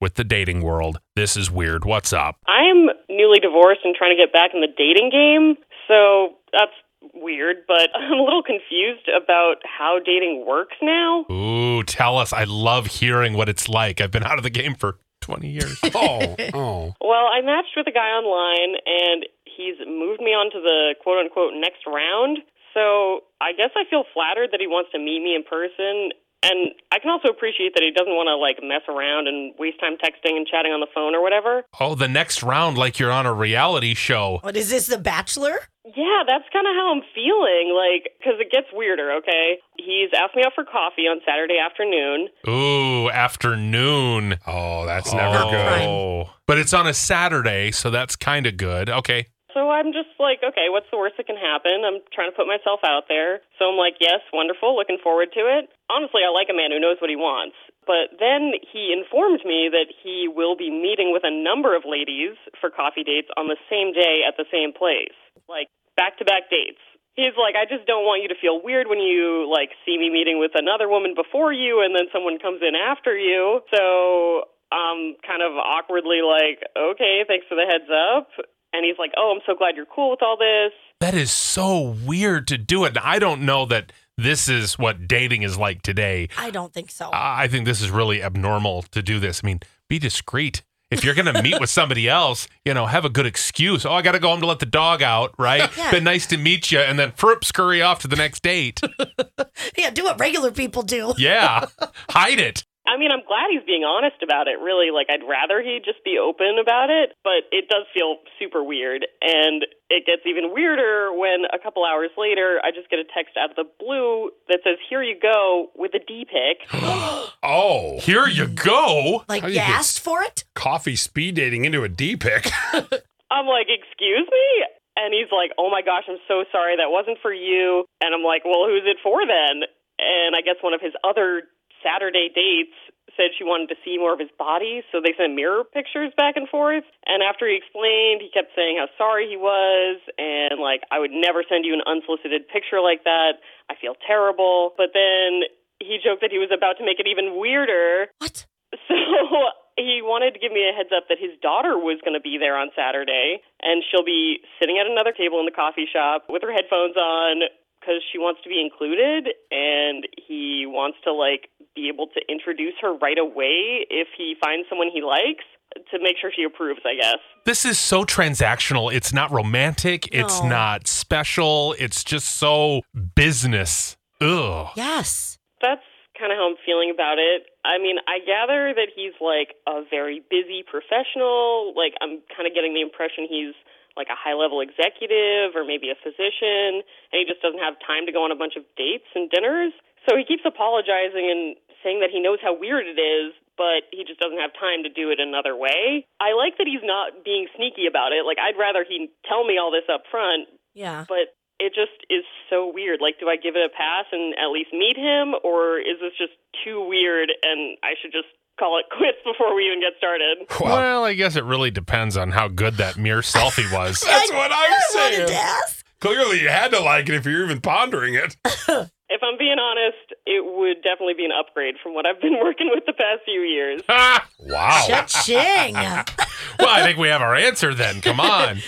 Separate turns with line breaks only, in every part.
with the dating world. This is weird. What's up?
I'm newly divorced and trying to get back in the dating game, so that's weird, but I'm a little confused about how dating works now.
Ooh, tell us. I love hearing what it's like. I've been out of the game for 20 years.
Oh, oh.
Well, I matched with a guy online and he's moved me on to the quote unquote next round. So I guess I feel flattered that he wants to meet me in person. And I can also appreciate that he doesn't want to like mess around and waste time texting and chatting on the phone or whatever.
Oh, the next round, like you're on a reality show.
What is this, The Bachelor?
Yeah, that's kind of how I'm feeling. Like, because it gets weirder, okay? He's asked me out for coffee on Saturday afternoon.
Ooh, afternoon.
Oh, that's never good.
Oh. But it's on a Saturday, so that's kind of good. Okay.
So I'm just like, okay, what's the worst that can happen? I'm trying to put myself out there. So I'm like, yes, wonderful, looking forward to it. Honestly, I like a man who knows what he wants. But then he informed me that he will be meeting with a number of ladies for coffee dates on the same day at the same place, like back to back dates. He's like, I just don't want you to feel weird when you like see me meeting with another woman before you and then someone comes in after you. So I'm kind of awkwardly like, okay, thanks for the heads up. And he's like, oh, I'm so glad you're cool with all this.
That is so weird to do it. And I don't know that this is what dating is like today.
I don't think so.
Ah.
I I think this is really abnormal to do this. I mean, be discreet. If you're going to meet with somebody else, you know, have a good excuse. Oh, I got to go home to let the dog out, right?
Yeah.
Been nice to meet you. And then frup, scurry off to the next date.
yeah, do what regular people do.
yeah. Hide it.
I mean, I'm glad he's being honest about it, really. Like, I'd rather he just be open about it, but it does feel super weird. And it gets even weirder when a couple hours later, I just get a text out of the blue that says, Here you go, with a D pic.
Oh,
Here you go.
Like,
How
you
do you get-
asked for it?
coffee speed dating into a D pick.
I'm like, Excuse me? And he's like, Oh my gosh, I'm so sorry. That wasn't for you. And I'm like, Well, who's it for then? And I guess one of his other Saturday dates said she wanted to see more of his body, so they sent mirror pictures back and forth. And after he explained, he kept saying how sorry he was and like I would never send you an unsolicited picture like that. I feel terrible. But then he joked that he was about to make it even weirder.
What?
So he wanted to give me a heads up that his daughter was going to be there on Saturday, and she'll be sitting at another table in the coffee shop with her headphones on because she wants to be included, and he wants to like be able to introduce her right away if he finds someone he likes to make sure she approves, I guess.
This is so transactional. It's not romantic. It's
No.
not special. It's just so business. Ugh.
Yes.
that's kind of how I'm feeling about it. I mean, I gather that he's like a very busy professional. Like, I'm kind of getting the impression he's like a high level executive or maybe a physician, and he just doesn't have time to go on a bunch of dates and dinners. So he keeps apologizing and saying that he knows how weird it is, but he just doesn't have time to do it another way. I like that he's not being sneaky about it. Like, I'd rather he tell me all this up front,
Yeah.
but it just is so weird. Like, do I give it a pass and at least meet him, or is this just too weird and I should just call it quits before we even get started?
Well, I guess it really depends on how good that mere selfie was.
That's what I'm
I wanted to
saying.
ask.
Clearly, you had to like it if you're even pondering it.
If I'm being honest, it would definitely be an upgrade from what I've been working with the past few years.
Ah,
Oh.
wow.
Cha-ching.
well, I think we have our answer then. Come on.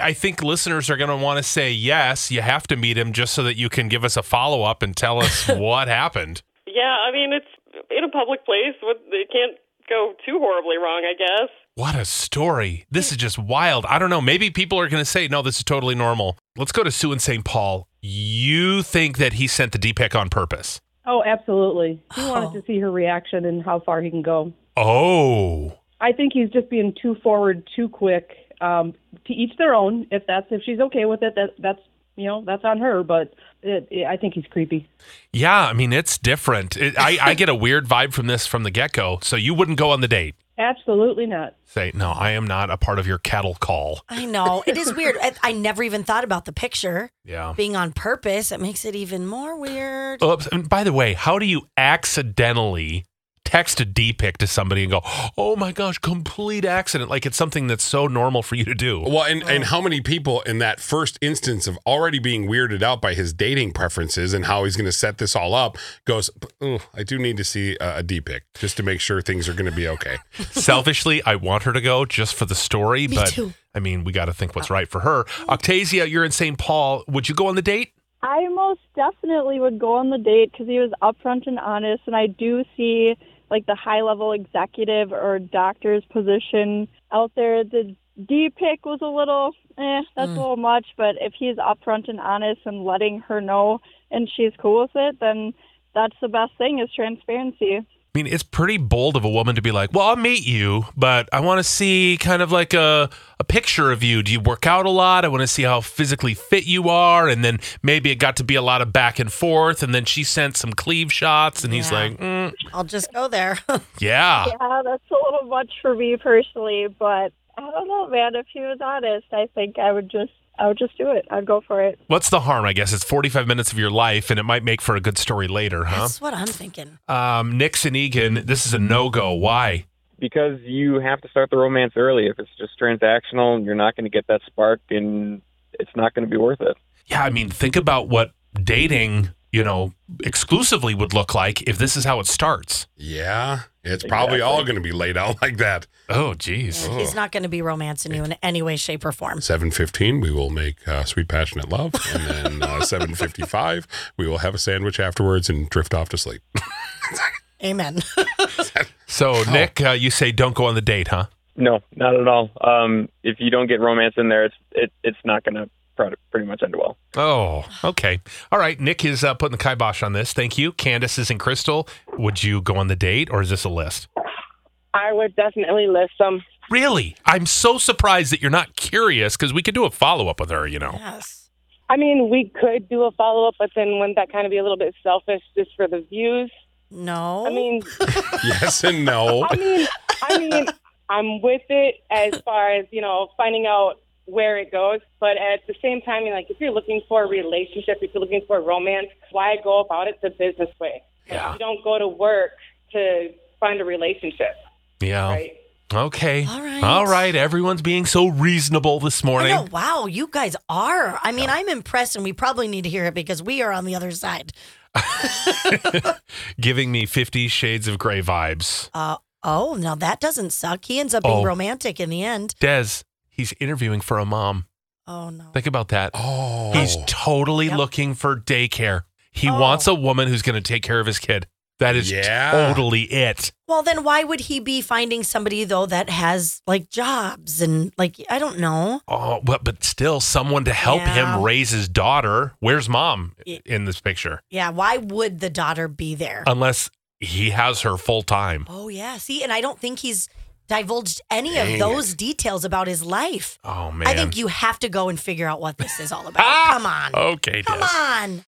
I think listeners are going to want to say yes. You have to meet him just so that you can give us a follow up and tell us what happened.
Yeah, I mean, it's in a public place. What- It can't go too horribly wrong, I guess.
What a story. This is just wild. I don't know. Maybe people are going to say, no, this is totally normal. Let's go to Sue in St. Paul. You think that he sent the DPIC on purpose?
Oh, absolutely. He
Oh.
wanted to see her reaction and how far he can go.
Oh.
I think he's just being too forward, too quick. Um, to each their own. If that's if she's okay with it, that that's you know that's on her. But it, it, I think he's creepy.
Yeah. I mean, it's different. It, I, I get a weird vibe from this from the get go. So you wouldn't go on the date.
Absolutely not.
Say, no, I am not a part of your cattle call.
I know. It is weird. I, I never even thought about the picture
Yeah.
being on purpose. It makes it even more weird.
Oops. And by the way, how do you accidentally text a D pic to somebody and go, oh my gosh, complete accident? Like it's something that's so normal for you to do.
Well, and, and how many people in that first instance of already being weirded out by his dating preferences and how he's going to set this all up goes, "Ooh, I do need to see a, a D pic just to make sure things are going to be okay.
Selfishly, I want her to go just for the story,
Me
but
too.
I mean, we got to think what's right for her. Octasia, you're in St. Paul. Would you go on the date?
I most definitely would go on the date because he was upfront and honest, and I do see like the high level executive or doctor's position out there. The D pick was a little, eh, that's a little much, but if he's upfront and honest and letting her know and she's cool with it, then that's the best thing is transparency.
I mean, it's pretty bold of a woman to be like, well, I'll meet you, but I want to see kind of like a, a picture of you. Do you work out a lot? I want to see how physically fit you are. And then maybe it got to be a lot of back and forth. And then she sent some cleave shots, and he's
Yeah.
like, mm,
I'll just go there.
Uh-huh.
yeah.
Yeah, that's a little much for me personally, but I don't know, man. If he was honest, I think I would just, I would just do it. I'd go for it.
What's the harm? I guess it's 45 minutes of your life, and it might make for a good story later, huh?
That's what I'm thinking.
Um, Nix and Egan, this is a no go. Why?
because you have to start the romance early. If it's just transactional, you're not going to get that spark, and it's not going to be worth it.
Yeah, I mean, think about what dating, you know, exclusively would look like if this is how it starts.
Yeah, it's probably all going to be laid out like that.
Oh, geez.
He's not going to be romancing you in any way, shape, or form.
7.15, we will make uh, Sweet Passionate Love. And then uh, 7.55, we will have a sandwich afterwards and drift off to sleep.
Amen.
So, Nick, uh, you say don't go on the date, huh?
No, not at all. Um, if you don't get romance in there, it's it, it's not going to pretty much end well.
Oh, okay. All right. Nick is uh, putting the kibosh on this. Thank you. Candace is in Crystal. Would you go on the date or is this a list?
I would definitely list them.
Really? I'm so surprised that you're not curious because we could do a follow up with her, you know.
Yes.
I mean, we could do a follow up, but then wouldn't that kind of be a little bit selfish just for the views?
No.
I mean,
yes and no.
I mean, I mean, I'm with it as far as you know, finding out where it goes. But at the same time, you're like, if you're looking for a relationship, if you're looking for a romance, why go about it the business way? Like,
Yeah.
You don't go to work to find a relationship,
Yeah.
right?
Okay.
All right.
All right. Everyone's being so reasonable this
I
morning.
know. Wow, you guys are. I mean, I'm impressed, and we probably need to hear it because we are on the other side.
Giving me 50 shades of gray vibes.
Uh, oh, now that doesn't suck. He ends up being
Oh.
romantic in the end.
Des, he's interviewing for a mom.
Oh no.
Think about that.
Oh.
He's totally
Yep.
looking for daycare. He
Oh.
wants a woman who's going to take care of his kid. That is
Yeah.
totally it.
Well, then why would he be finding somebody though that has like jobs and like I don't know.
Oh, but but still, someone to help
Yeah.
him raise his daughter. Where's mom
Y-
in this picture?
Yeah, why would the daughter be there?
Unless he has her full time.
oh yeah, see, and I don't think he's divulged any of
Dang
those details about his life.
Oh man. Oh,
I think you have to go and figure out what this is all about. Come on.
Okay.
Come
Des.
on.